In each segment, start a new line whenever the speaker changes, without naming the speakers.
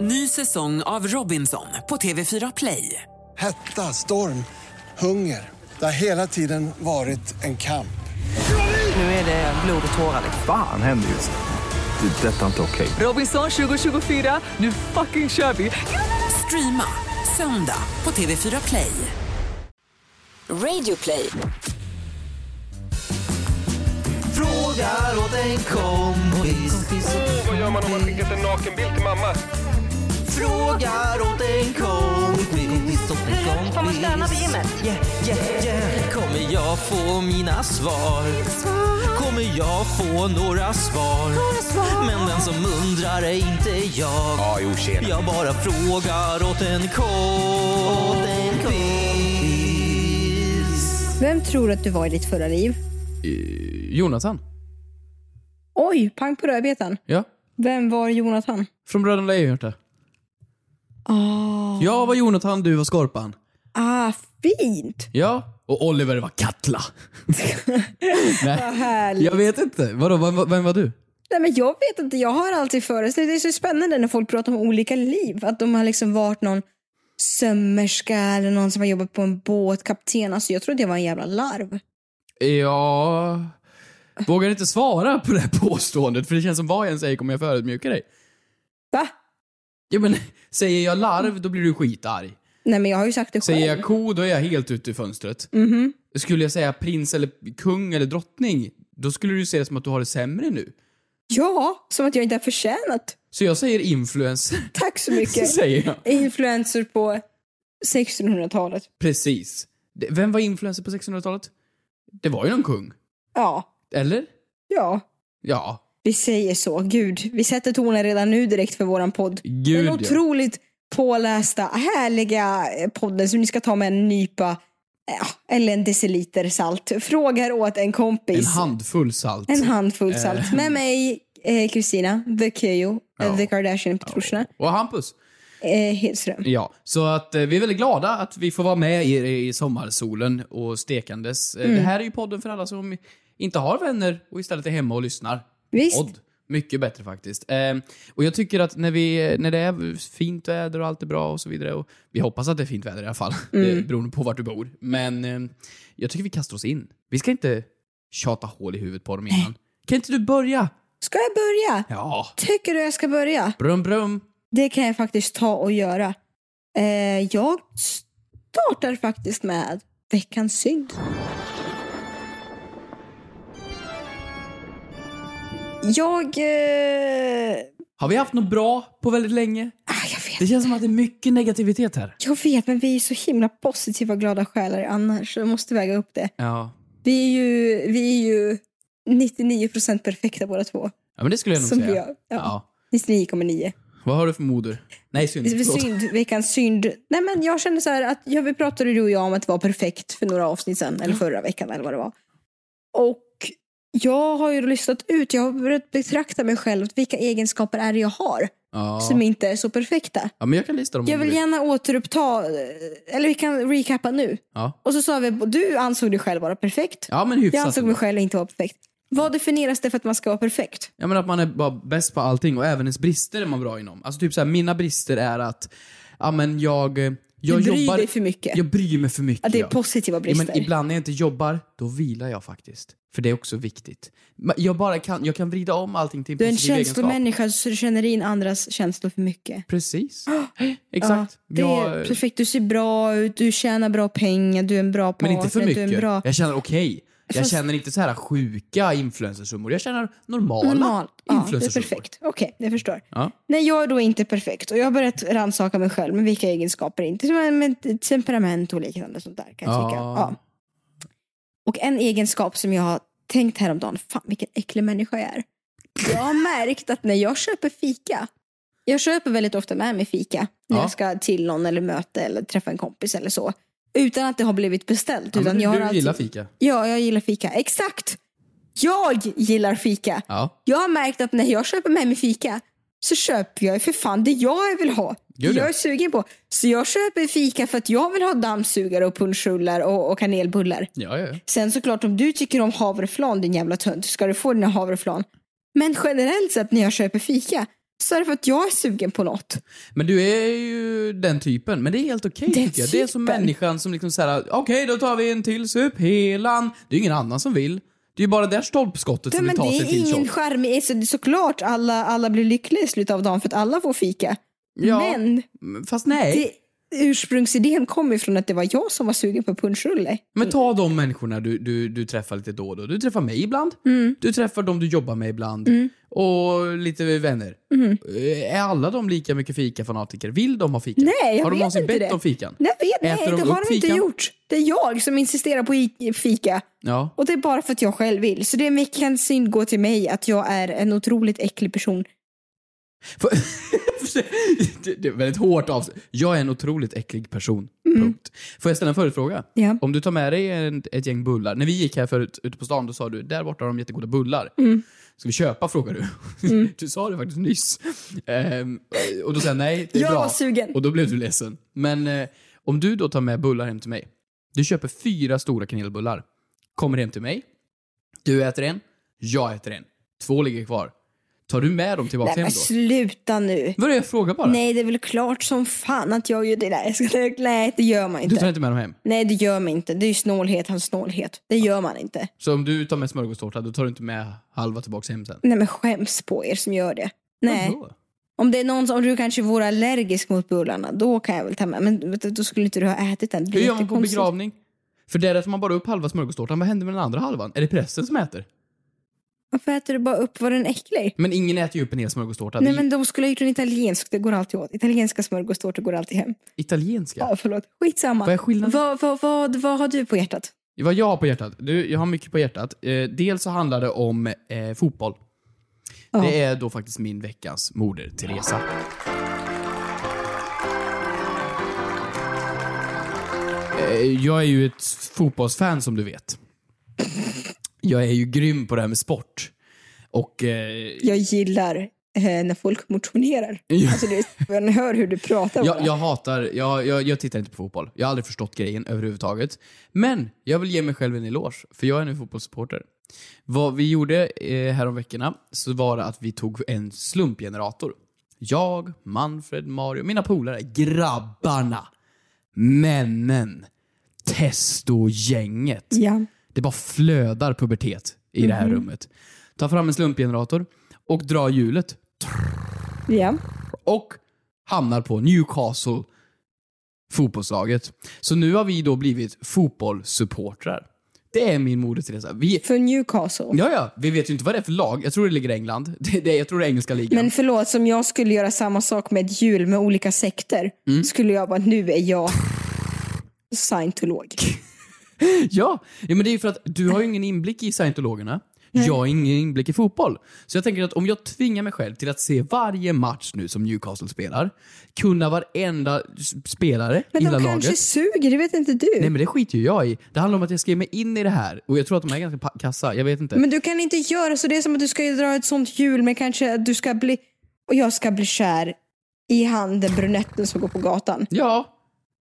Ny säsong av Robinson på TV4 Play.
Hetta, storm, hunger. Det har hela tiden varit en kamp.
Nu är det blod och tårar.
Fan händer just nu. Det. är Detta är inte okej.
Robinson 2024, nu fucking kör vi! Streama söndag på TV4 Play.
Radio play.
Frågar åt en kompis.
Vad gör man om man skickat en nakenbild till mamma?
Frågar åt en kompis. Hur högt får man stöna på gymmet? Yeah, yeah, yeah. Kommer jag få mina svar? Kommer jag få några svar? Men den som undrar är inte jag.
Ja, jo, tjena.
Jag bara frågar åt en kompis.
Vem tror du att du var i ditt förra liv?
Jonathan.
Oj, pang på rödbetan.
Ja.
Vem var Jonathan?
Från Bröderna Lejonhjärta.
Ah,
Jag var Jonathan, du var Skorpan.
ah fint!
Ja. Och Oliver var Katla.
Vad
Nej.
härligt.
Jag vet inte. Vadå, vem, vem var du?
Nej, men jag vet inte, jag har alltid föreställt Det är så spännande när folk pratar om olika liv. Att de har liksom varit någon sömmerska eller någon som har jobbat på en båt, kapten. Alltså jag trodde jag var en jävla larv.
Ja... Vågar inte svara på det här påståendet, för det känns som vad jag än säger kommer jag förödmjuka dig.
Va?
Ja men, säger jag larv, då blir du skitarg.
Nej men jag har ju sagt det själv.
Säger jag ko, då är jag helt ute i fönstret.
Mhm.
Skulle jag säga prins eller kung eller drottning, då skulle du se det som att du har det sämre nu.
Ja, som att jag inte har förtjänat.
Så jag säger influencer,
Tack så mycket.
säger jag.
Influencer på 1600-talet.
Precis. Det- Vem var influencer på 1600-talet? Det var ju någon kung.
Ja,
Eller?
ja.
Ja.
Vi säger så. Gud, vi sätter tonen redan nu direkt för våran podd.
Gud,
Den
ja.
otroligt pålästa, härliga eh, podden som ni ska ta med en nypa eh, ja, eller en deciliter salt. Frågar åt en kompis.
En handfull salt.
En handfull salt. Med mig, eh, Kristina, The Keyyo, eh, The Kardashian Petrosna,
Och Hampus.
eh, Hedström.
Ja. Så att eh, vi är väldigt glada att vi får vara med er i sommarsolen och stekandes. Eh, Det här är ju podden för alla som inte har vänner och istället är hemma och lyssnar.
Visst.
Podd. Mycket bättre faktiskt. Eh, och jag tycker att när, vi, när det är fint väder och allt är bra och så vidare, och vi hoppas att det är fint väder i alla fall, mm. beroende på vart du bor. Men eh, jag tycker vi kastar oss in. Vi ska inte tjata hål i huvudet på dem innan. Kan inte du börja?
Ska jag börja?
Ja.
Tycker du jag ska börja?
Brum brum.
Det kan jag faktiskt ta och göra. Eh, jag startar faktiskt med veckans synd. Jag... Eh,
Har vi haft något bra på väldigt länge?
ah, jag,
Det
vet,
känns som att det är mycket negativitet här.
jag vet, men vi är så himla positiva och glada själar annars. Så jag måste väga upp det.
Ja.
Vi är ju, vi är ju 99% perfekta båda två.
Ja, men det skulle jag nog
Som vi
säga.
gör. Ja.
Ja.
99,9.
Vad har du för moder? Nej, synd.
Det är
Förlåt.
Synd, veckans synd. Nej, men jag känner så här att jag, vi pratade du och jag om att det var perfekt för några avsnitt sedan, eller förra veckan eller vad det var. Och jag har ju listat ut, jag har börjat betrakta mig själv, vilka egenskaper är det jag har
Ja. Mm.
som inte är så perfekta.
ja, men jag kan lista dem om
Jag
du
vill gärna återuppta, eh, eller vi kan recappa nu.
Ja.
Och så sa vi, du ansåg dig själv vara perfekt.
ja, men hyfsat.
jag ansåg mig
ändå.
själv inte vara perfekt. Vad definieras det för att man ska vara perfekt?
Ja, men att man är bara bäst på allting och även ens brister är man bra inom. Alltså typ så här, mina brister är att, ja men jag... eh, jag
Du bryr
jobbar,
dig för mycket.
Jag bryr mig för mycket.
Att det är
ja.
positiva
Ja,
brister.
men ibland när jag inte jobbar, då vilar jag faktiskt. För det är också viktigt. Men Jag, bara kan, jag kan vrida om allting till en
du är en
positiv egenskap.
känslomänniska så du känner in andras känslor för mycket.
Precis. Exakt.
Ja, det
Jag-
är perfekt, du ser bra ut, du tjänar bra pengar, du är en bra
Men
partner,
inte för
du är en
mycket.
bra...
Jag känner okej. Jag
Fast-
känner inte så här sjuka influencersummor. Jag känner normala
Normal. Ja, det är
influencersummor.
perfekt. Okej, jag förstår.
Ja.
Nej, jag är då inte perfekt och jag har börjat rannsaka mig själv med vilka egenskaper inte, men med temperament och liknande sånt där kan jag tycka.
Ja.
Ja. Och en egenskap som jag har tänkt häromdagen, fan vilken äcklig människa jag är. Jag har märkt att när jag köper fika, jag köper väldigt ofta med mig fika när
Ja.
jag ska till någon eller möte eller träffa en kompis eller så. Utan att det har blivit beställt.
Ja, men
utan
du
jag har
du
alltid-
gillar fika?
Ja, jag gillar fika. Exakt! Jag gillar fika.
Ja.
Jag har märkt att när jag köper med mig fika så köper jag ju för fan det jag vill ha. Det
Gud, ja.
jag är sugen på. Så jag köper fika för att jag vill ha dammsugare och punschrullar och, och kanelbullar.
Ja, ja, ja.
Sen såklart om du tycker om havreflan din jävla tönt ska du få dina havreflan. Men generellt sett när jag köper fika så är det för att jag är sugen på något.
Men du är ju den typen. Men det är helt okej
Den
tycker jag. Det är som
typen.
människan som liksom såhär, okej då tar vi en till sup, helan. Det är ju ingen annan som vill. Det är ju bara det där stolpskottet
Ja,
som
men
vill ta
det
sig
är
till
ingen
shot.
charmig... Så, såklart, alla, alla blir lyckliga i slutet av dagen för att alla får fika.
Ja.
Men
Fast nej.
det, ursprungsidén kom ju från att det var jag som var sugen på punschrulle.
Men ta de människorna du, du, du träffar lite då och då. Du träffar mig ibland.
Mm.
Du träffar de du jobbar med ibland. Och lite vänner.
Mm.
Eh, Är alla de lika mycket fikafanatiker? Vill de ha fika?
Nej, jag
Har de
vet
någonsin
inte
bett
det.
om fikan?
Nej, vet, nej
Äter de
det har
upp
de inte
fikan?
gjort. Det är jag som insisterar på i- fika.
Ja.
Och det är bara för att jag själv vill. Så det kan synd gå till mig att jag är en otroligt äcklig person.
För- det, det är väldigt hårt av Jag är en otroligt äcklig person. Punkt. Får jag ställa en förutfråga?
Mm. Ja.
Om du tar med dig en, ett gäng bullar. När vi gick här förut ute på stan, då sa du där borta har de jättegoda bullar.
Mm.
Ska vi köpa frågar du. Du sa det faktiskt nyss. Ehm, och då sa jag nej, det är
Jag
bra.
var sugen.
Och då blev du ledsen. Men eh, om du då tar med bullar hem till mig. Du köper fyra stora kanelbullar. Kommer hem till mig. Du äter en. Jag äter en. Två ligger kvar. Tar du med dem tillbaka
Nej men
hem då?
sluta nu.
Vad är det jag frågar bara?
Nej det är väl klart som fan att jag gör det. Nej, jag ska- nej det gör man
Du
inte.
tar inte med dem hem?
Nej det gör man inte. Det är ju snålhet hans snålhet. Det gör man inte.
Så om du tar med smörgåstårta, då tar du inte med halva tillbaka hem sen?
Nej men skäms på er som gör det. Nej.
Vadå?
Om det är någon som, om du kanske vore allergisk mot bullarna, då kan jag väl ta med. Men vet du, då skulle inte du ha ätit den. Det
Hur
blir
gör man på
jättekonstigt.
begravning? För där äter man bara upp halva smörgåstårtan, vad händer med den andra halvan? Är det prästen som äter?
Varför äter du bara upp? Var den äcklig?
Men ingen äter ju upp en hel smörgåstårta.
Nej
det är
men de skulle ha gjort en italiensk, det går alltid åt. Italienska smörgåstårtor går alltid hem.
italienska.
Ja, förlåt. Skitsamma.
Vad är skillnaden?
Vad, vad, vad, vad har du på hjärtat?
Vad jag har på hjärtat? Du, jag har mycket på hjärtat. Eh, dels så handlar det om eh, fotboll.
Ja.
Det är då faktiskt min veckans moder, Teresa. Eh, Jag är ju ett fotbollsfan som du vet. Jag är ju grym på det här med sport. Och eh,
Jag gillar eh, när folk motionerar.
Ja.
Alltså, det, man hör hur du pratar. bara.
jag, jag hatar, jag, jag, jag tittar inte på fotboll. Jag har aldrig förstått grejen överhuvudtaget. Men jag vill ge mig själv en eloge, för jag är nu fotbollssupporter. Vad vi gjorde eh, härom veckorna så var det att vi tog en slumpgenerator. Jag, Manfred, Mario, mina polare, grabbarna, männen, testogänget.
Ja.
Det bara flödar pubertet i det här rummet. Ta fram en slumpgenerator och dra hjulet
ja.
och hamnar på Newcastle fotbollslaget. Så nu har vi då blivit fotbollssupportrar. Det är min moder Teresa. Vi,
För Newcastle.
ja, ja, vi vet ju inte vad det är för lag. Jag tror det ligger i England. Det, det, jag tror det är engelska ligan.
Men förlåt, som jag skulle göra samma sak med ett hjul med olika sekter.
Mm.
Skulle jag bara, nu är jag scientolog.
Ja, ja, men det är ju för att du har ju ingen inblick i scientologerna. Jag har ingen inblick i fotboll. Så jag tänker att om jag tvingar mig själv till att se varje match nu som Newcastle spelar, kunna varenda s- spelare
Men
i
de
hela
kanske
laget.
suger, det vet inte du.
Nej men det skiter ju jag i. Det handlar om att jag ska ge mig in i det här. Och jag tror att de är ganska pa- kassa, jag vet inte.
Men du kan inte göra så. Det är som att du ska ju dra ett sånt hjul men kanske att du ska bli... Och jag ska bli kär i han den brunetten som går på gatan.
Ja.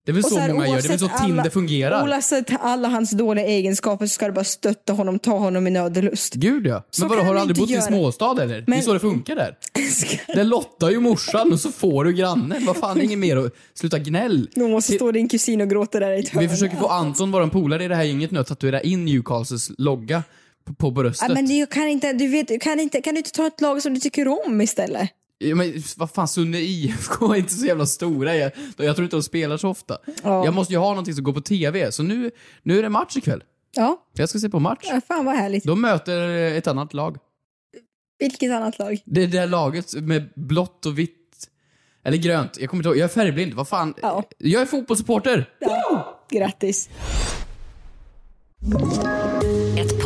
Det är väl
Och
så,
här,
många gör, det är väl så
oavsett
Tinder
alla-
fungerar.
Oavsett alla hans dåliga egenskaper så ska du bara stötta honom, ta honom i nöd och lust.
Gud ja.
Så
Men vadå,
kan
har du
man
aldrig
inte
bott i en
göra.
småstad eller? Det är
Men-
så det funkar där.
Ska-
Där lottar ju morsan och så får du grannen. Vad fan, det är inget mer att... Sluta gnäll.
Nu måste stå din kusin och gråta där i ett
Vi
hörn.
försöker få Anton, våran polare i det här gänget nu, att tatuera in Newcastles logga på, på bröstet.
Ja, men det kan inte, du vet, du kan inte, kan du inte ta ett lag som du tycker om istället?
Ja, men vad fan, Sunne IFK är inte så jävla stora. Jag, jag tror inte de spelar så ofta.
Ja.
Jag måste ju ha någonting som går på TV, så nu, nu är det match ikväll.
Ja,
Jag ska se på match.
ja, fan vad härligt.
De möter ett annat lag.
Vilket annat lag?
Det där laget med blått och vitt. Eller grönt. Jag kommer inte ihåg. Jag är färgblind. Vad fan.
Ja.
Jag är fotbollssupporter!
Grattis.
Ett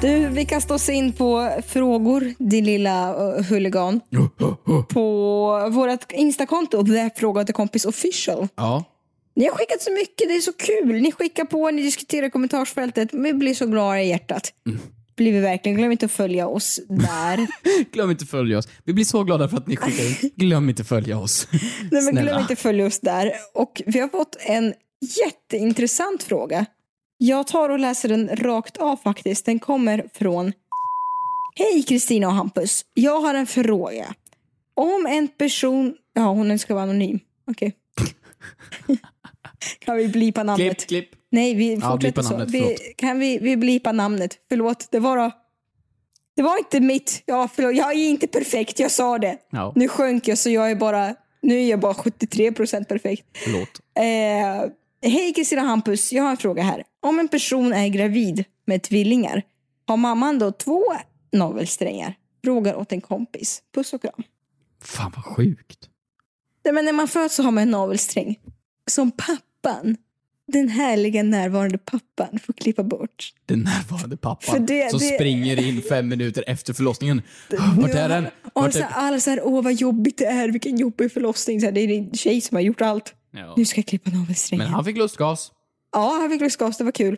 Du, vi kastar oss in på frågor, din lilla uh, huligan. på vårt Instakonto, The Fråga till kompis official.
Ja.
Ni har skickat så mycket, det är så kul. Ni skickar på, ni diskuterar i kommentarsfältet. Vi blir så glada i hjärtat. Blir vi verkligen. Glöm inte att följa oss där.
Glöm inte följa oss. Vi blir så glada för att ni skickar in. Glöm inte följa oss.
Nej, men
Snälla.
glöm inte att följa oss där. Och vi har fått en jätteintressant fråga. Jag tar och läser den rakt av faktiskt. Den kommer från Hej Kristina och Hampus. Jag har en fråga. Om en person... Ja, hon ska vara anonym. Okej. kan vi blipa namnet?
Klipp, klipp.
Nej, vi
Ja,
fortsätter
blipa
så.
namnet,
vi,
förlåt.
kan vi, vi blipa namnet? Förlåt, det var Det var inte mitt. Ja, förlåt. Jag är inte perfekt, jag sa det.
Ja.
Nu sjönk jag så jag är bara... Nu är jag bara 73% perfekt.
Förlåt.
Eh, Hej Kristina Hampus, jag har en fråga här. Om en person är gravid med tvillingar, har mamman då två navelsträngar? Frågar åt en kompis. Puss och kram.
Fan vad sjukt.
Nej, men när man föds så har man en navelsträng. Som pappan, den härliga närvarande pappan, får klippa bort.
Den närvarande
För
pappan
det-
som
det-
springer in fem minuter efter förlossningen. Vart är den?
Och
Vart
så här,
är...
alla så här, åh vad jobbigt det är, vilken jobbig förlossning. Så här, det är din tjej som har gjort allt.
Ja.
Nu ska jag klippa
Men
navelsträngen.
han Mm. fick lustgas.
Ja, han fick lustgas, det var kul.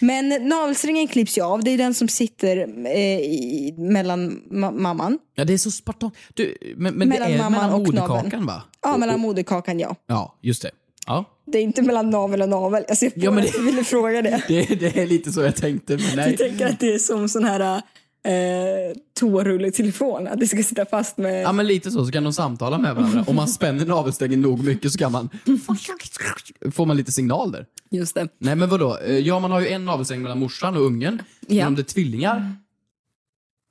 Men navelsträngen klipps ju av, det är den som sitter eh, i, mellan ma- mamman.
Ja, det är så spartan. Du, men men det
Mellan
är
mamman
mellan
och
moderkakan
naveln.
va?
Ja, mellan moderkakan ja.
Ja, just det. Ja.
Det är inte mellan navel och navel. Alltså, jag,
Ja, men det-
jag ville fråga det.
Det, det är lite så jag tänkte, men
Jag
nej.
tänker att det är som sån här eh, toarulletelefon, att det ska sitta fast med...
Ja men lite så, så kan de samtala med varandra. Om man spänner navelsträngen nog mycket så kan man... Får man lite signal där.
Just det.
Nej men vadå? Eh, Ja man har ju en navelsträng mellan morsan och ungen. Men
Ja.
om det är tvillingar?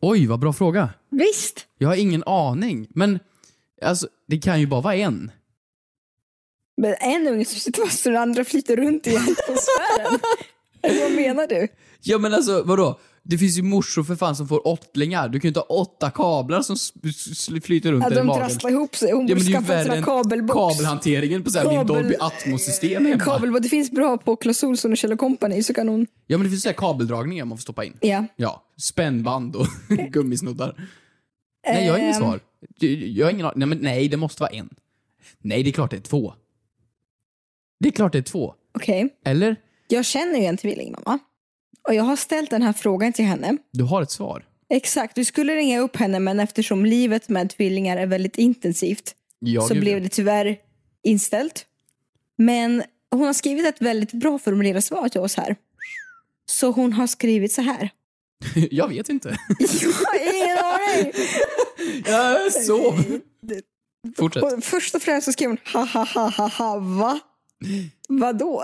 Oj vad bra fråga.
Visst!
Jag har ingen aning. Men alltså det kan ju bara vara en.
Men en unge som sitter fast och den andra flyter runt i atmosfären. Eller vad menar du?
Ja men alltså vadå? Det finns ju morsor för fan som får åttlingar. Du kan ju inte ha åtta kablar som s- s- flyter runt
Att
i
de
den magen.
trasslar ihop sig. Hon borde
Ja, men det är ju
skaffa en sån
värre
här
än
kabelbox.
kabelhanteringen på så här min
Kabel-
Dolby Atmos-system hemma.
Kabelbox. Det finns bra på Clas Ohlson och Kjell Company så kan hon...
Ja men det finns så här kabeldragningar man får stoppa in.
Ja.
Ja, spännband och gummisnoddar. Nej, jag har inget
Ehm.
svar. Jag- Jag har ingen an- nej, men nej, det måste vara en. Nej, det är klart det är två. Det är klart det är två.
Okej.
Eller?
Jag känner ju en tvillingmamma. Och jag har ställt den här frågan till henne.
Du har ett svar.
Exakt, du skulle ringa upp henne men eftersom livet med tvillingar är väldigt intensivt
Ja,
så
gud,
blev
ja.
det tyvärr inställt. Men hon har skrivit ett väldigt bra formulerat svar till oss här. Så hon har skrivit så här.
Jag vet inte.
Jag har ingen aning!
Jag sov. Fortsätt.
Och först och främst så skrev hon ha ha ha ha ha va? Vadå?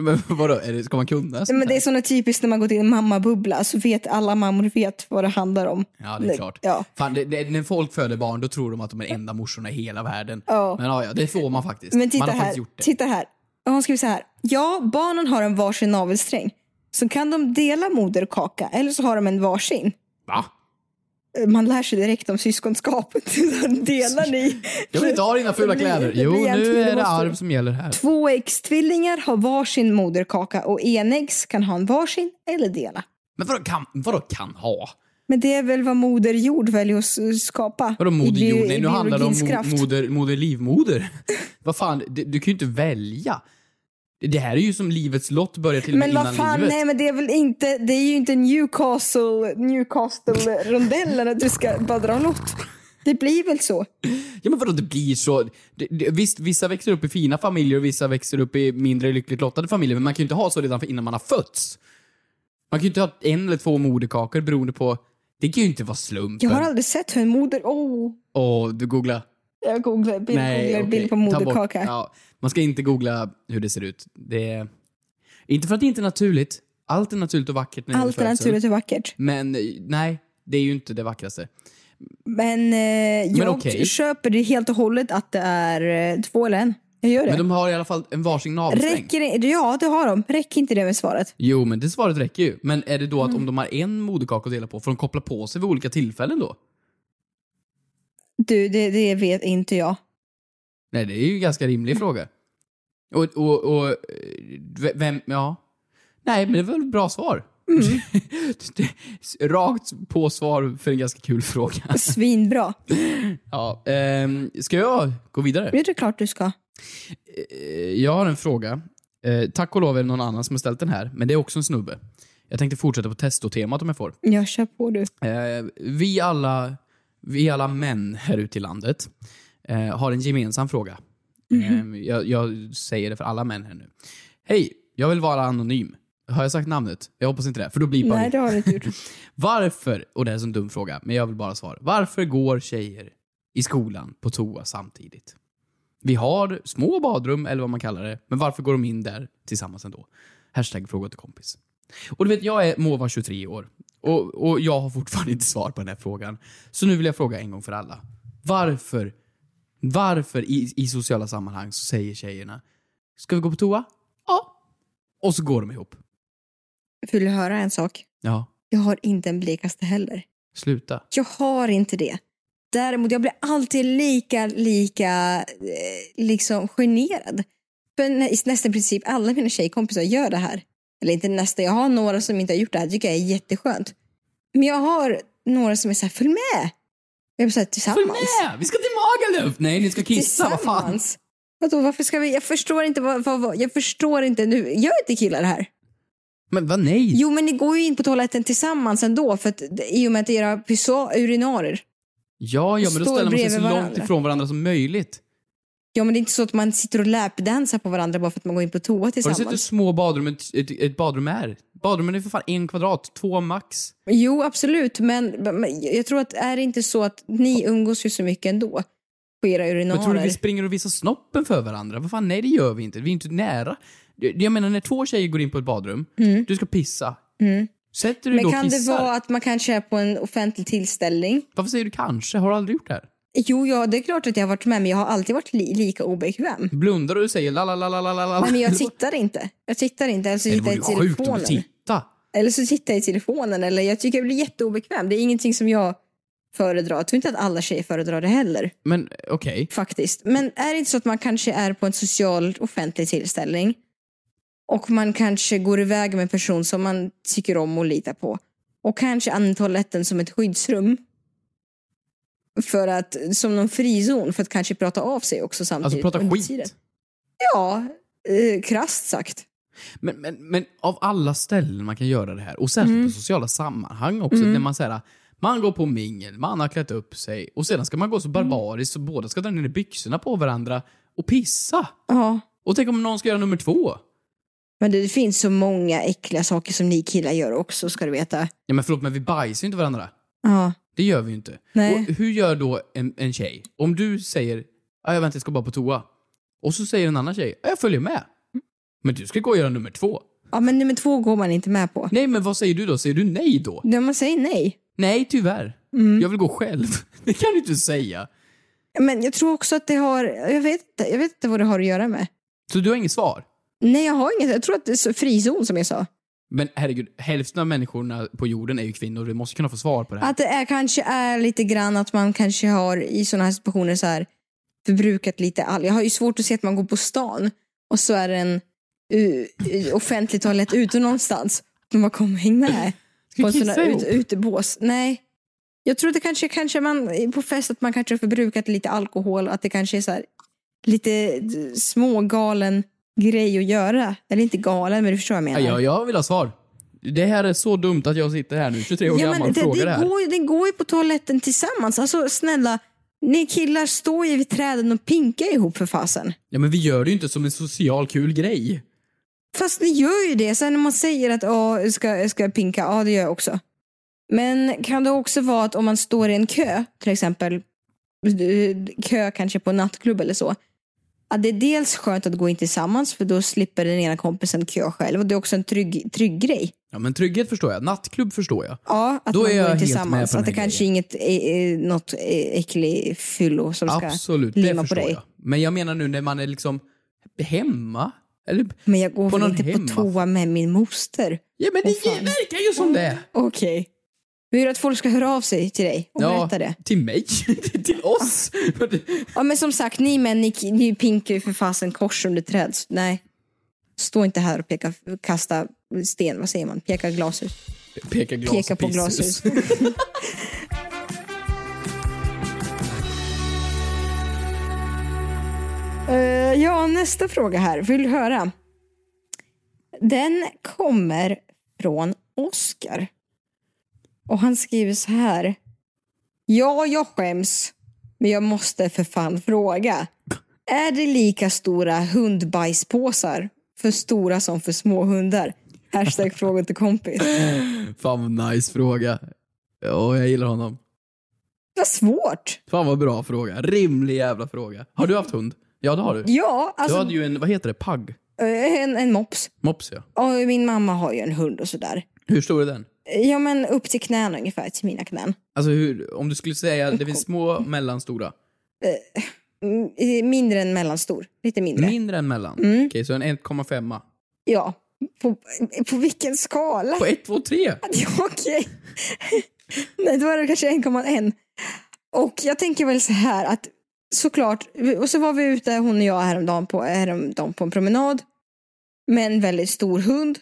Men vadå, är det, ska man kunna
Nej,
sånt
men det är
här?
sådana typiskt när man gått in i en mammabubbla så vet alla mammor vet vad det handlar om.
Ja, det är
Nej,
klart.
Ja.
Fan, det, det, när folk föder barn, då tror de att de är enda morsorna i hela världen.
Ja.
Men ja, ja, det får man faktiskt.
Men titta
man har
här.
faktiskt gjort det.
Titta här. Och Hon skriver så här. Ja, barnen har en varsin navelsträng. Så kan de dela moderkaka eller så har de en varsin.
Va?
Eh, Man lär sig direkt om syskonskapet. Delar ni?
Jag vill inte ha dina fula
Det blir-
kläder.
det
Jo,
blir en
nu
till,
är det
måste
arv
du.
som gäller här.
Två ex-tvillingar har varsin moderkaka och enäggs kan ha en varsin eller dela.
Men vadå kan, vadå kan ha?
Men det är väl vad moder jord väljer att s- skapa.
Vadå
i bio-
moderjord? Nej,
i
nu handlar det om
biologins kraft.
mo- moder, moder livmoder. Vad fan, det, du kan ju inte välja. Det- Det här är ju som livets lott börjar till och med
Men
innan
vad fan,
livet.
nej men det är väl inte, det är ju inte Newcastle, Newcastle-rondellen att du ska bara dra lott. Det blir väl så.
Ja men vadå, det blir så. Det, det, visst, vissa växer upp i fina familjer och vissa växer upp i mindre lyckligt lottade familjer, men man kan ju inte ha så redan för- innan man har fötts. Man kan ju inte ha en eller två moderkakor beroende på... Det kan ju inte vara slumpen.
Jag har aldrig sett hur en moder, åh.
Åh, du googlar.
Jag googlar, bild, googlar
okej.
bild på
Ta bort.
moderkaka.
Ja, man ska inte googla hur det ser ut. Det är... Inte för att det inte är naturligt. Allt är naturligt och vackert när det
Allt är
gäller födsel.
naturligt och vackert.
Men eh, nej, det är ju inte det vackraste.
Men eh, jag
okej.
köper det helt och hållet att det är eh, två eller en. Jag gör det.
Men de har i alla fall en varsin navelsträng.
Räcker det? Ja, det har de. Räcker inte det med svaret?
Jo, men det svaret räcker ju. Men är det då att om de har en moderkaka att dela på, får de koppla på sig vid olika tillfällen då?
Du, det, det vet inte jag.
Nej, det är ju en ganska rimlig fråga. Och, och, och eh, v- vem, ja. Nej, men det var väl ett bra svar. Rakt på svar för en ganska kul fråga.
Svinbra.
Ja, ehm, ska jag gå vidare?
Det är det klart du ska.
Eh, Jag har en fråga. Eh, tack och lov är det någon annan som har ställt den här, men det är också en snubbe. Jag tänkte fortsätta på testotemat om jag får.
Jag kör på du.
Eh, vi, alla, vi alla män här ute i landet eh, har en gemensam fråga. Eh, jag, jag säger det för alla män här nu. Hej, jag vill vara anonym. Har jag sagt namnet? Jag hoppas inte det, för då blir
Nej,
vi.
det har du inte gjort.
Varför, och det här är en sån dum fråga, men jag vill bara svara. Varför går tjejer i skolan på toa samtidigt? Vi har små badrum, eller vad man kallar det, men varför går de in där tillsammans ändå? Hashtag fråga till kompis. Och du vet, jag är, må vara 23 år och, och jag har fortfarande inte svar på den här frågan. Så nu vill jag fråga en gång för alla. Varför, varför i, i sociala sammanhang så säger tjejerna Ska vi gå på toa? Ja. Och så går de ihop.
Vill du höra en sak?
Ja,
Jag har inte en blekaste heller.
sluta.
Jag har inte det. Däremot, jag blir alltid lika, lika eh, liksom generad. För nä- i nästan princip alla mina tjejkompisar gör det här. Eller inte nästa, jag har några som inte har gjort det här. Det tycker jag är jätteskönt. Men jag har några som är så här, följ med! Jag blir så här,
Följ
tillsammans.
med! Vi ska till Magaluf! Nej, ni ska kissa. Vad fan?
Tillsammans. Vadå, varför ska vi? Jag förstår inte vad, vad, vad jag förstår inte nu. Gör inte killar det här?
Men vad nej?
Jo, men ni går ju in på toaletten tillsammans ändå för att, i och med att era pyså- urinarer.
Ja, ja, men då
Står
ställer man sig så
bredvid
långt
varandra.
ifrån varandra som möjligt.
Ja, men det är inte så att man sitter och läpdansar på varandra bara för att man går in på toa
Har du sett hur
tillsammans.
små badrum ett, ett, ett badrum är? Badrummen är för fan en kvadrat, två max.
Jo, absolut, men, men jag tror att är det inte så att ni umgås ju så mycket ändå på era urinarer.
Men tror du vi springer och visar snoppen för varandra? Vad fan, nej det gör vi inte. Vi är inte nära. Det- Jag menar när två tjejer går in på ett badrum, du ska pissa. Sätter du dig
Mm. men
då
kan
och
det
kissar?
vara att man kanske är på en offentlig tillställning?
Varför säger du kanske? Har du aldrig gjort det här?
Jo, ja, det är klart att jag har varit med, men jag har alltid varit li- lika obekväm.
Blundar du och säger la la la la la la la?
Nej, men jag tittar inte. Jag tittar inte. Eller så
Det
tittar
vore
jag i
ju sjukt om du
telefonen.
tittade.
Eller så tittar jag i telefonen. Eller jag tycker jag blir jätteobekväm. Det är ingenting som jag föredrar. Jag tror inte att alla tjejer föredrar det heller.
Men eh, okej.
Faktiskt. Men är det inte så att man kanske är på en social offentlig tillställning och man kanske går iväg med en person som man tycker om och litar på och kanske använder toaletten som ett skyddsrum för att, som någon frizon för att kanske prata av sig också samtidigt.
Alltså prata
under tiden.
skit.
Ja, eh, krasst sagt.
Men, men, men av alla ställen man kan göra det här, och särskilt på sociala sammanhang också, när man såhär, man går på mingel, man har klätt upp sig och sedan ska man gå så barbariskt så båda ska dra ner byxorna på varandra och pissa.
Ja.
Och tänk om någon ska göra nummer två?
Men det finns så många äckliga saker som ni killar gör också ska du veta.
Ja men förlåt, men vi bajsar ju inte varandra.
Ja.
Det gör vi ju inte.
Nej.
Och hur gör då en, en tjej? Om du säger, "Ja, jag väntar, jag ska bara på toa. Och så säger en annan tjej, "Ja, jag följer med. Men du ska gå och göra nummer två.
ja, men nummer två går man inte med på.
Nej men vad säger du då? Säger du nej då?
När man säger nej.
Nej, tyvärr.
Mm.
Jag vill gå själv. Det kan du inte säga.
Men jag tror också att det har, jag vet, inte- jag vet inte vad det har att göra med.
Så du har inget svar?
Nej, jag har inget. Jag tror att det är så- frizon som jag sa.
Men herregud, hälften av människorna på jorden är ju kvinnor. Vi måste kunna få svar på det här.
Att det är, kanske är lite grann att man kanske har i sådana här situationer så här förbrukat lite all. Jag har ju svårt att se att man går på stan och så är det en u- u- offentlig toalett ute någonstans. Man bara kom häng med.
Ska
på
vi
en sån
kissa
här
ihop?
ut, utebås. Nej. Jag tror att det kanske, kanske man på fest att man kanske har förbrukat lite alkohol att det kanske är så här lite d- smågalen grej att göra. Eller inte galen, men du förstår vad jag menar.
Ja, jag vill ha svar. Det här är så dumt att jag sitter här nu, 23 år gammal, och
det,
frågar det,
det,
här.
går, ju- det går ju på toaletten tillsammans. Alltså snälla, ni killar står ju vid träden och pinkar ihop för fasen.
Ja, men vi gör det ju inte som en social kul grej.
Fast ni gör ju det. Sen när man säger att "Ja, ska, jag ska pinka, ja det gör jag också. Men kan det också vara att om man står i en kö, till exempel eh, kö kanske på en nattklubb eller så. Att det är dels skönt att gå in tillsammans för då slipper den ena kompisen kö själv och det är också en trygg, trygg grej.
Ja, men trygghet förstår jag. Nattklubb förstår jag.
Ja, att
Då
man
är jag
går in
helt med
tillsammans.
på den
att det
här
kanske inget är, är något eh, äcklig fyllo som ska
Absolut, det
limma på
förstår
dig.
jag. Men jag menar nu när man är liksom hemma. Eller...
Men jag går
På
väl
någon
inte
hemma.
på toa med min moster.
Ja, men det
Åh, fan.
verkar ju som det.
Okej. Vi vill att folk ska höra av sig till dig och berätta det.
till mig. till oss.
Ja men som sagt, ni män, ni, ni pinkar ju för fasen kors under träd. Så Nej. Stå inte här och peka, kasta sten, vad säger man? Peka glashus.
Peka glas
Peka
och
på
pisshus.
glashus. Eh, ja, nästa fråga här. Vill du höra? Den kommer från Oscar. Och han skriver så här. Ja, jag skäms. Men jag måste för fan fråga. Är det lika stora hundbajspåsar för stora som för små hundar? Hashtag fråga till kompis.
Fan vad nice fråga. Och jag gillar honom.
Vad svårt.
Fan vad bra fråga. Rimlig jävla fråga. Har du haft hund? Ja det har du.
Ja,
Du
alltså
hade ju en, vad heter det, pagg?
eh, en, en mops.
Mops ja.
Och min mamma har ju en hund och sådär.
Hur stor är den?
Ja men upp till knäna ungefär, till mina knän.
Alltså hur, om du skulle säga, det finns små, mellanstora.
Mm, eh, Mindre än mellanstor, lite mindre.
Mindre än mellan?
Mm.
Okej, så en 1,5.
ja. På, på vilken skala?
På 1, 2, 3?
Ja, Okej. Nej, då var det kanske 1,1. Och jag tänker väl så här att såklart, och så var vi ute hon och jag häromdagen på, häromdagen på en promenad med en väldigt stor hund.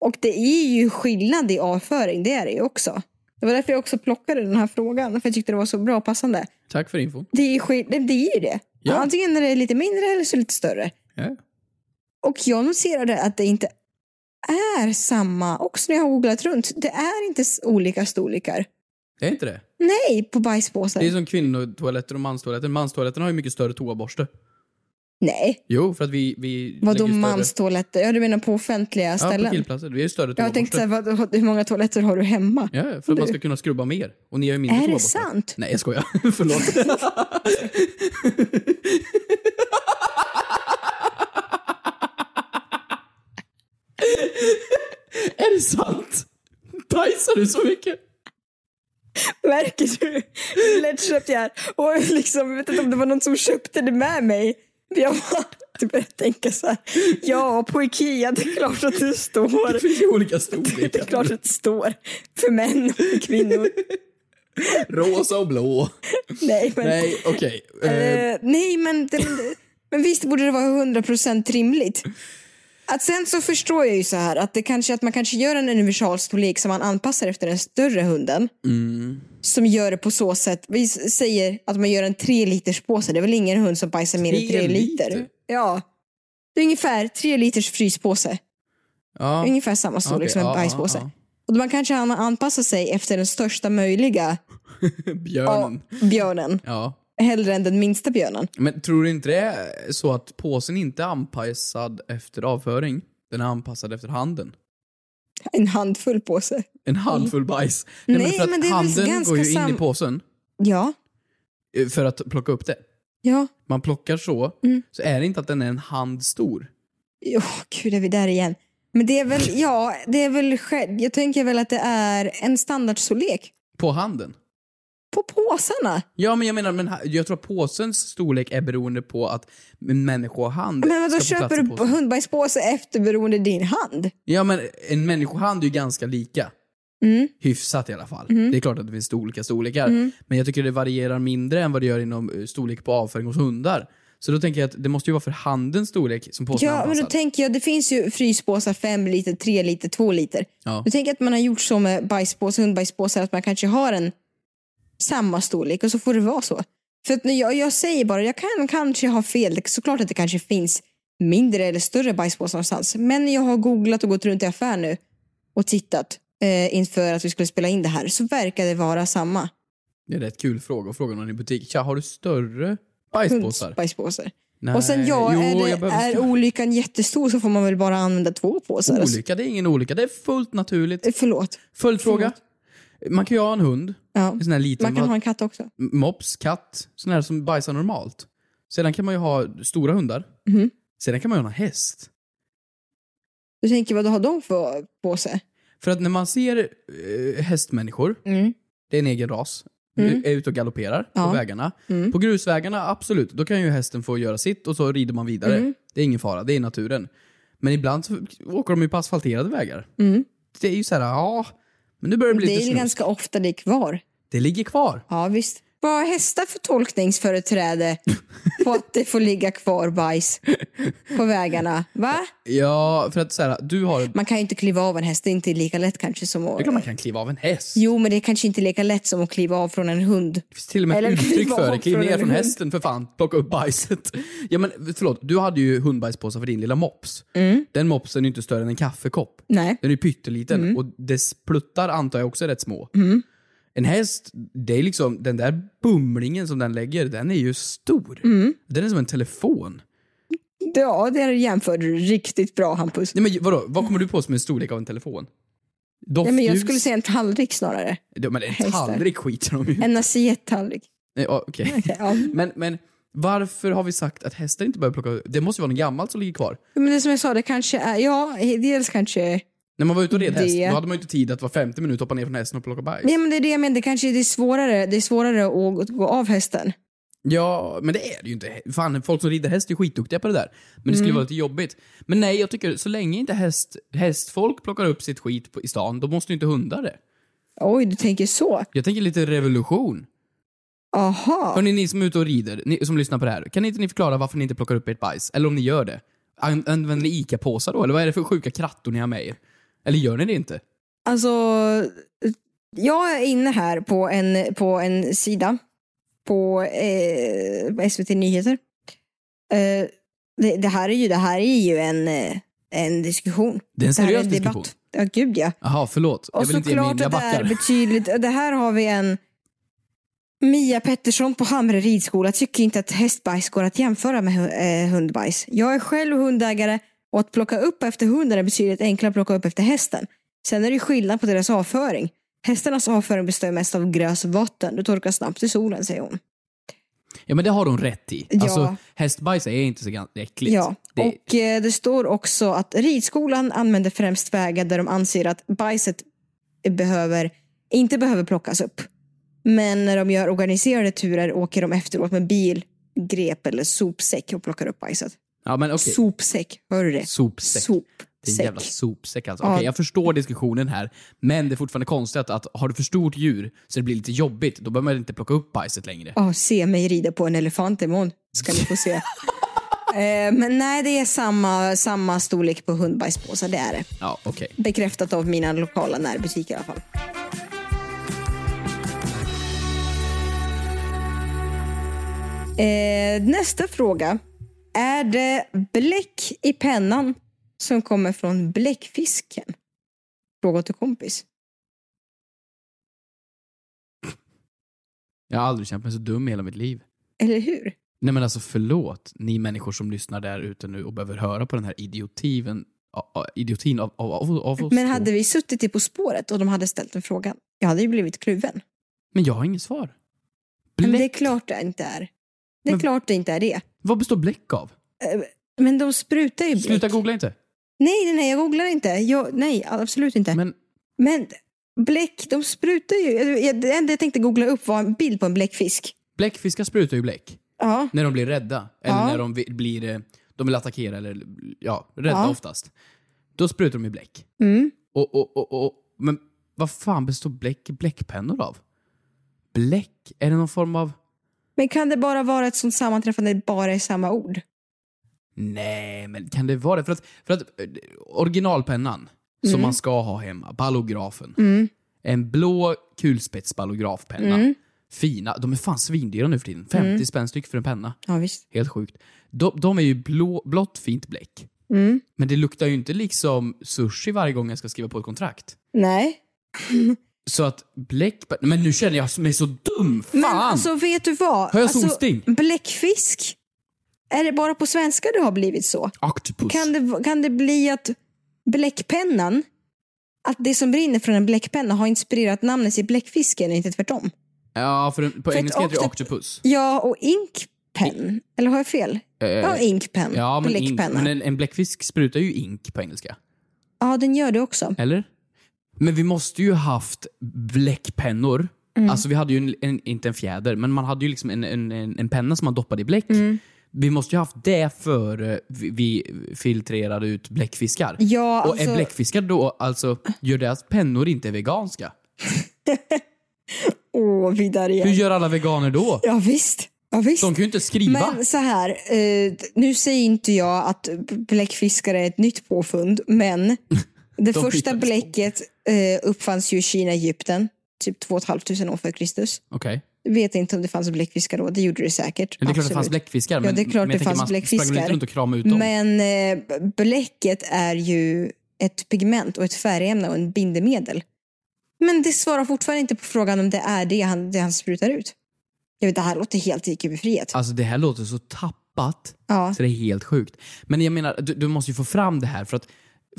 Och det är ju skillnad i avföring, det är det ju också. Det var därför jag också plockade den här frågan, för jag tyckte det var så bra passande.
Tack för infon.
Det är ju skill- det, det, är ju det.
Ja.
Antingen är det lite mindre eller så lite större.
Ja.
Och jag noterade att det inte är samma, också när jag har googlat runt, det är inte s- olika storlekar.
Det är inte det?
Nej, på
Det är
bajspåsen.
som kvinnotoaletter och manstoaletter. Manstoaletten har ju mycket större toaborste.
Nej,
Jo, för att vi... vi
vadå
lägger ju större-
manstoaletter? Ja, du menar på offentliga
Ja, på
ställen?
killplatser. Vi har ju större
jag tänkte
toaborste.
såhär, vad, hur många toaletter har du hemma?
Ja, för att man ska kunna skrubba mer. Och ni har ju mindre
Är det
toaborste.
sant?
Nej, jag skojar. Förlåt. är det sant? Bajsar du så mycket?
Märker du hur lättköpt jag är? Och liksom, jag vet inte om det var någon som köpte det med mig. För Jag var typ började tänka så här. Ja, på Ikea, det är klart att det står.
Det finns ju olika
Det är
storlekar.
klart att det står. För män och för kvinnor.
Rosa och blå.
Nej, men, nej.
Nej, okej. Eh,
nej, men, det, men, det- men visst borde det vara 100% rimligt. Att sen så förstår jag ju så här att, det kanske, att man kanske gör en universalstorlek som man anpassar efter den större hunden.
Mm.
Som gör det på så sätt. Vi s- säger att man gör en tre liters påse. Det är väl ingen hund som bajsar mer än
Tre
tre liter?
liter?
Ja. Det är ungefär tre liters fryspåse.
ja.
Ungefär samma storlek
Okej,
som en
ja, ja,
bajspåse.
ja.
Och man kanske an- anpassar sig efter den största möjliga
Björnen.
björnen.
Ja.
Hellre än den minsta björnen.
Men tror du inte det är så att påsen inte är anpassad efter avföring? Den är anpassad efter handen.
En handfull påse.
En handfull bajs.
Mm. Nej,
för att
men det är väl
handen
ganska
går ju in i
sam-
påsen
Ja,
eh, för att plocka upp det.
ja.
Man plockar så,
Mm.
så är det inte att den är en hand stor.
Åh, gud, är vi där igen. Men det är väl, ja, det är väl själv. Jag tänker väl att det är en standardstorlek
På handen.
på påsarna.
Ja, men jag menar, men ha- jag tror att påsens storlek är beroende på att en människohand
Men vadå,
ska få plats
köper du
i påsen.
hundbajspåse efter beroende din hand?
Ja, men en människohand är ju ganska lika.
Mm.
Hyfsat i alla fall. Det är klart att det finns olika storlekar. Men jag tycker det varierar mindre än vad det gör inom eh, storlek på avföring hos hundar. Så då tänker jag att det måste ju vara för handens storlek som påsen
Ja, men då
anpassad.
tänker jag, det finns ju fryspåsar 5 liter, 3 liter, 2 liter.
Ja.
Då tänker jag att man har gjort så med bajspåsar, hundbajspåsar, att man kanske har en samma storlek och så får det vara så. För att när jag, jag säger bara, jag kan kanske ha fel, det är såklart att det kanske finns mindre eller större bajspåsar någonstans. Men jag har googlat och gått runt i affär nu och tittat eh, inför att vi skulle spela in det här, så verkar det vara samma
Det är en rätt kul fråga att fråga någon i butik. Tja, har du större bajspåsar?
bajspåsar.
Nej.
Och sen ja,
Jo,
är, det,
jag behöver
är
större.
olyckan jättestor så får man väl bara använda två påsar. Alltså,
Olycka, det är ingen olycka. Det är fullt naturligt.
eh, förlåt.
Följdfråga. Man kan ju ha en hund.
Ja.
En sån här liten
Man kan
vad-
ha en katt också.
mops, katt, sån här som bajsar normalt. Sedan kan man ju ha stora hundar.
Mhm.
Sedan kan man ju ha en häst.
Du tänker vad har de för påse?
För att när man ser eh, hästmänniskor, det är en egen ras, är ute och galopperar
Mm. Ja. Mm.
på vägarna. På grusvägarna, absolut, då kan ju hästen få göra sitt och så rider man vidare.
Mm.
Det är ingen fara, det är naturen. Men ibland så åker de ju på asfalterade vägar. Det är ju så här, ja, men nu börjar det bli
Mm. det
lite
är ju
snus.
ganska ofta det är kvar.
Det ligger kvar.
Ja, visst. Vad har hästar för tolkningsföreträde på att det får ligga kvar bajs på vägarna? Va?
Ja, för att så här, du har...
Man kan ju inte kliva av en häst, det är inte lika lätt kanske som
Det är klart man
att...
kan kliva av en häst.
Jo, men det är kanske inte lika lätt som att kliva av från en hund.
Det finns till och med
Eller
ett uttryck
kliva
för det.
av
Kliv
från
ner
en
från
hund.
hästen för fan, plocka upp bajset. Ja men förlåt, du hade ju hundbajspåsar för din lilla mops. Den mopsen är ju inte större än en kaffekopp.
Mm. Nej. Mm.
Den är ju pytteliten och dess pluttar antar jag också är rätt små. En häst, det är liksom, den där bumlingen som den lägger, den är ju stor.
Mm.
Den är som en telefon.
Ja, det jämförde du riktigt bra Hampus.
Nej men vadå, vad kommer du på som är storlek av en telefon?
Nej,
Doftljus?
men jag skulle säga en tallrik snarare.
Ja, men en
Hästar.
tallrik skiter de ju i.
En assiettallrik.
Nej, ja, Okej.
Ja.
Men, men varför har vi sagt att hästar inte behöver plocka... Det måste ju vara något gammalt som ligger kvar.
Men det som jag sa, det kanske är, ja, dels kanske
När man var ute och red häst,
Det-
då hade man ju inte tid att var 50 minut hoppa ner från hästen och plocka bajs.
Nej men det är det jag menar, det kanske det är svårare, det är svårare att gå av hästen.
Ja, men det är det ju inte. Fan, folk som rider häst är skitduktiga på det där. Men
Mm.
det skulle vara lite jobbigt. Men nej, jag tycker så länge inte häst, hästfolk plockar upp sitt skit på, i stan, då måste ju inte hundar det.
Oj, du tänker så.
Jag tänker lite revolution.
Aha.
Hörni, ni som är ute och rider, ni som lyssnar på det här, kan inte ni förklara varför ni inte plockar upp ert bajs? Eller om ni gör det? An- Använder ni ICA-påsar då? Eller vad är det för sjuka krattor ni har med er? Eller gör ni det inte?
Alltså, jag är inne här på en, på en sida på eh, SVT Nyheter. Eh, det, det, här är ju, det här är ju en, eh, en diskussion.
Det är en
Det här är
seriös
en
diskussion.
debatt. Ja, gud ja.
Jaha, förlåt. jag
Och
vill inte ge mig in,
såklart
jag
att det är
backar.
betydligt, det här har vi en Mia Pettersson på Hamre ridskola tycker inte att hästbajs går att jämföra med hu- eh, hundbajs. Jag är själv hundägare och att plocka upp efter hunden är betydligt enklare att plocka upp efter hästen. Sen är det ju skillnad på deras avföring. Hästarnas avföring består mest av grös och vatten. Du torkar snabbt i solen, säger hon.
Ja, men det har hon rätt i.
Ja.
Alltså, hästbajs är inte så gan- äckligt.
Ja,
Det,
och eh, det står också att ridskolan använder främst vägar där de anser att bajset behöver, inte behöver plockas upp. Men när de gör organiserade turer åker de efteråt med bil, grep eller sopsäck och plockar upp bajset.
ja, men okej.
Sopsäck, hör du det?
Sopsäck. Det är en
Sopsäck.
jävla sopsäck alltså.
Ja.
Okej, jag förstår diskussionen här, men det är fortfarande konstigt att, att har du för stort djur så det blir lite jobbigt, då behöver man inte plocka upp bajset längre.
Ja, se mig rida på en elefant imorgon. Ska ni få se. eh, men nej, det är samma, samma storlek på hundbajspåsar, det är det.
Ja, okej.
Bekräftat av mina lokala närbutiker i alla fall. Eh, nästa fråga. Är det bläck i pennan som kommer från bläckfisken? Fråga till kompis.
Jag har aldrig känt mig så dum i hela mitt liv.
Eller hur?
Nej men alltså förlåt, ni människor som lyssnar där ute nu och behöver höra på den här idiotiven, a- a- idiotin av, av, av, av oss
Men
två.
hade vi suttit i På spåret och de hade ställt den frågan, jag hade ju blivit kluven.
Men jag har inget svar.
Men det är
Bläck,
klart det inte är. Det är
Men-
klart det inte är det.
Vad består bläck av?
Men de sprutar ju bläck.
Sluta googla inte.
Nej, nej, nej, jag googlar inte. Jag, nej, absolut inte.
Men
Men bläck, de sprutar ju. Jag- Det enda jag tänkte googla upp var en bild på en bläckfisk.
bläckfiskar sprutar ju bläck.
Ja,
När de blir rädda. Eller
Ja.
när de vi- blir, eh, de vill attackera eller ja, rädda
Ja.
oftast. Då sprutar de ju bläck.
Mm.
Och, och, och, och, men vad fan består bläck i bläckpennor av? Bläck? Är det någon form av...
men kan det bara vara ett sånt sammanträffande bara i samma ord?
Nej, men kan det vara det? För att, för att eh, originalpennan som
Mm.
man ska ha hemma, ballografen. En blå kulspetsballografpenna.
Mm.
Fina. De är fan svindyra nu för tiden. 50 spänn styck för en penna.
Ja, visst.
Helt sjukt. De, de är ju blå, blått fint bläck.
Mm.
Men det luktar ju inte liksom sushi varje gång jag ska skriva på ett kontrakt.
Nej.
Så att bläck... Men nu känner jag mig så dum! Fan!
Men alltså, vet du vad?
Har jag
alltså,
solsting?
bläckfisk? Är det bara på svenska det har blivit så?
Octopus.
Kan det, kan det bli att bläckpennan, att det som brinner från en bläckpenna har inspirerat namnet i bläckfisken, inte tvärtom?
Ja, för en- på
För
engelska
ett
heter det
octo-
octopus.
Ja, och inkpen. Eller har jag fel? ja, inkpen.
Eh, Ja, men, ink,
bläckpenna.
men en, en bläckfisk sprutar ju ink på engelska.
Ja, den gör det också.
Eller? Men vi måste ju haft bläckpennor.
Mm.
Alltså vi hade ju, en, en, inte en fjäder, men man hade ju liksom en, en, en, en penna som man doppade i bläck.
Mm.
Vi måste ju haft det för eh, vi, vi filtrerade ut bläckfiskar.
Ja,
Och
alltså-
är bläckfiskar då, alltså, gör deras pennor inte veganska?
Åh, vi där igen.
Hur gör alla veganer då?
Ja visst. Ja, visst.
De kan ju inte skriva.
Men så här, eh, nu säger inte jag att bläckfiskare är ett nytt påfund, men det
De
första
hittades på.
bläcket eh, uppfanns ju i Kina, Egypten, typ 2 500 år före Kristus.
Okej.
Vet inte om det fanns bläckfiskare då, det gjorde det säkert.
Men det är klart att det
Absolut.
fanns bläckfiskar.
Ja,
Men,
det är klart
men
det
jag tänker,
fanns
man sprang väl
bläckfiskar.
inte runt och kramade ut dem?
Men eh, b- bläcket är ju ett pigment och ett färgämne och en bindemedel. Men det svarar fortfarande inte på frågan om det är det han, det han sprutar ut. Jag vet, det här låter helt IQ-befriat.
Alltså det här låter så tappat.
Ja.
Så det är helt sjukt. Men jag menar, du, du måste ju få fram det här för att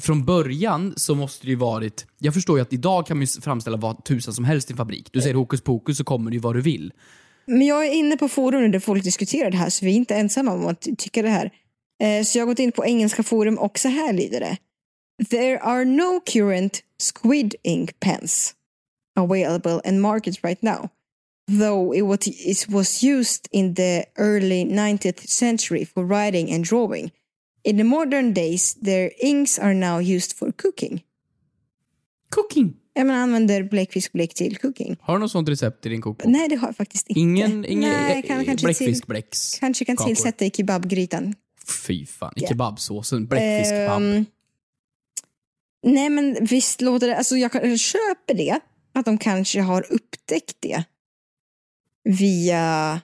från början så måste det ju varit... Jag förstår ju att idag kan man ju framställa vad tusan som helst i en fabrik. Du säger hokus pokus så kommer det ju vad du vill.
Men jag är inne på forum där folk diskuterar det här så vi är inte ensamma om att ty- tycka det här. Eh, Så jag har gått in på engelska forum och så här lyder det. There are no current squid ink pens available in market right now. Though it was, it was used in the early 19th century for writing and drawing. In the modern days their inks are now used for cooking.
Cooking!
Ja, man använder bläckfiskbläck till cooking.
Har du något sånt recept i din kokbok?
Nej, det har jag faktiskt inte.
Ingen, ingen
Nej,
eh,
kan, kanske till-
bläckfiskbläcks?
Kanske kan
kakor.
tillsätta i kebabgrytan.
Fy fan, i
Ja.
kebabsåsen. Bläckfiskbab.
Ehm, nej men visst låter det, alltså jag kan- jag köper det, att de kanske har upptäckt det via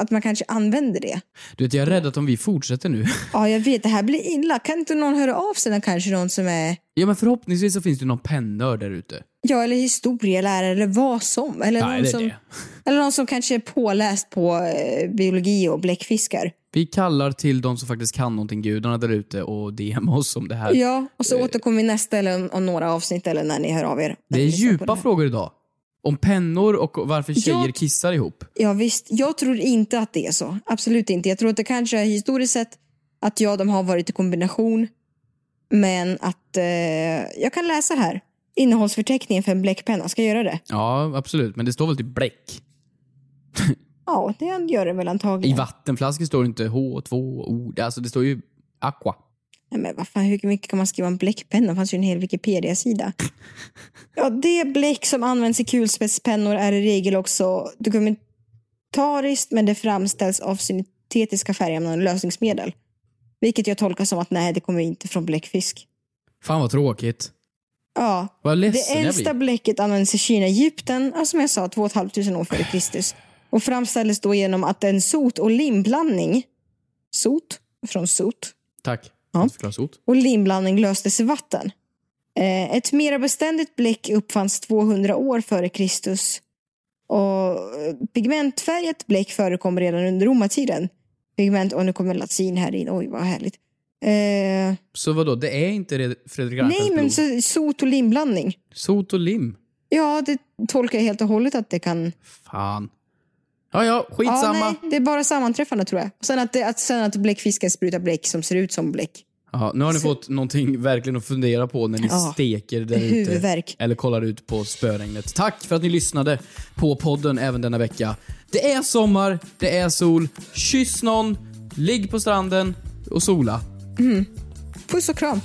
att man kanske använder det.
Du vet, jag är rädd att om vi fortsätter nu...
Ja, jag vet, det här blir illa. Kan inte någon höra av sig? när Kanske någon som är,
ja, men förhoppningsvis så finns det någon pennnörd där ute.
ja, eller historielärare eller vad som. Eller,
Nej,
någon,
det är
som
det.
eller någon som kanske är påläst på eh, biologi och bläckfiskar.
Vi kallar till de som faktiskt kan någonting, gudarna där ute och DM oss om det här.
Ja, och så återkommer vi nästa eller om- om några avsnitt eller när ni hör av er.
det är djupa frågor idag. Om pennor och varför tjejer
Jag-
kissar ihop.
Ja visst, jag tror inte att det är så. Absolut inte. Jag tror att det kanske är historiskt sett att ja, de har varit i kombination. Men att eh, jag kan läsa här. Innehållsförteckningen för en bläckpenna. Ska jag göra det?
Ja, absolut. Men det står väl typ bläck?
Ja, det gör det väl
I
antagligen.
vattenflaskor står det inte H2O. Alltså, det står ju aqua.
Nej, men vad fan, hur mycket kan man skriva om bläckpenna? Det fanns ju en hel Wikipedia-sida. Ja, det bläck som används i kulspetspennor är i regel också dokumentariskt men det framställs av syntetiska färgämnen och lösningsmedel. Vilket jag tolkar som att nej, det kommer inte från bläckfisk.
Fan vad tråkigt.
Ja,
Vad ledsen
det
jag
äldsta
blir.
bläcket användes i Kina, Egypten, ja, som jag sa, 2 500 år före Kristus. Och framställdes då genom att en sot och limblandning, sot från sot,
Tack.
Ja.
Ja. Förklara sot.
och limblandning löstes i vatten. Eh, Ett mera beständigt bläck uppfanns 200 år före Kristus. Och eh, pigmentfärgat bläck förekom redan under romartiden. Pigment, och nu kommer latin här in, oj vad härligt. Eh,
Så vadå, det är inte Red- Fredrik
nej
Reinfeldts
men
blod?
så, sot och limblandning.
Sot och lim.
Ja, det tolkar jag helt och hållet att det kan...
Fan. Ja, ja,
Ja,
skitsamma. Ja,
nej, det är bara sammanträffande tror jag. Sen att, det, att, sen att bläckfisken sprutar bläck som ser ut som bläck.
nu har ni fått någonting verkligen att fundera på när ni
Ja.
steker där ute.
Huvudvärk.
Eller kollar ut på spöregnet. Tack för att ni lyssnade på podden även denna vecka. Det är sommar, det är sol. Kyss någon, ligg på stranden och sola.
Puss och kram!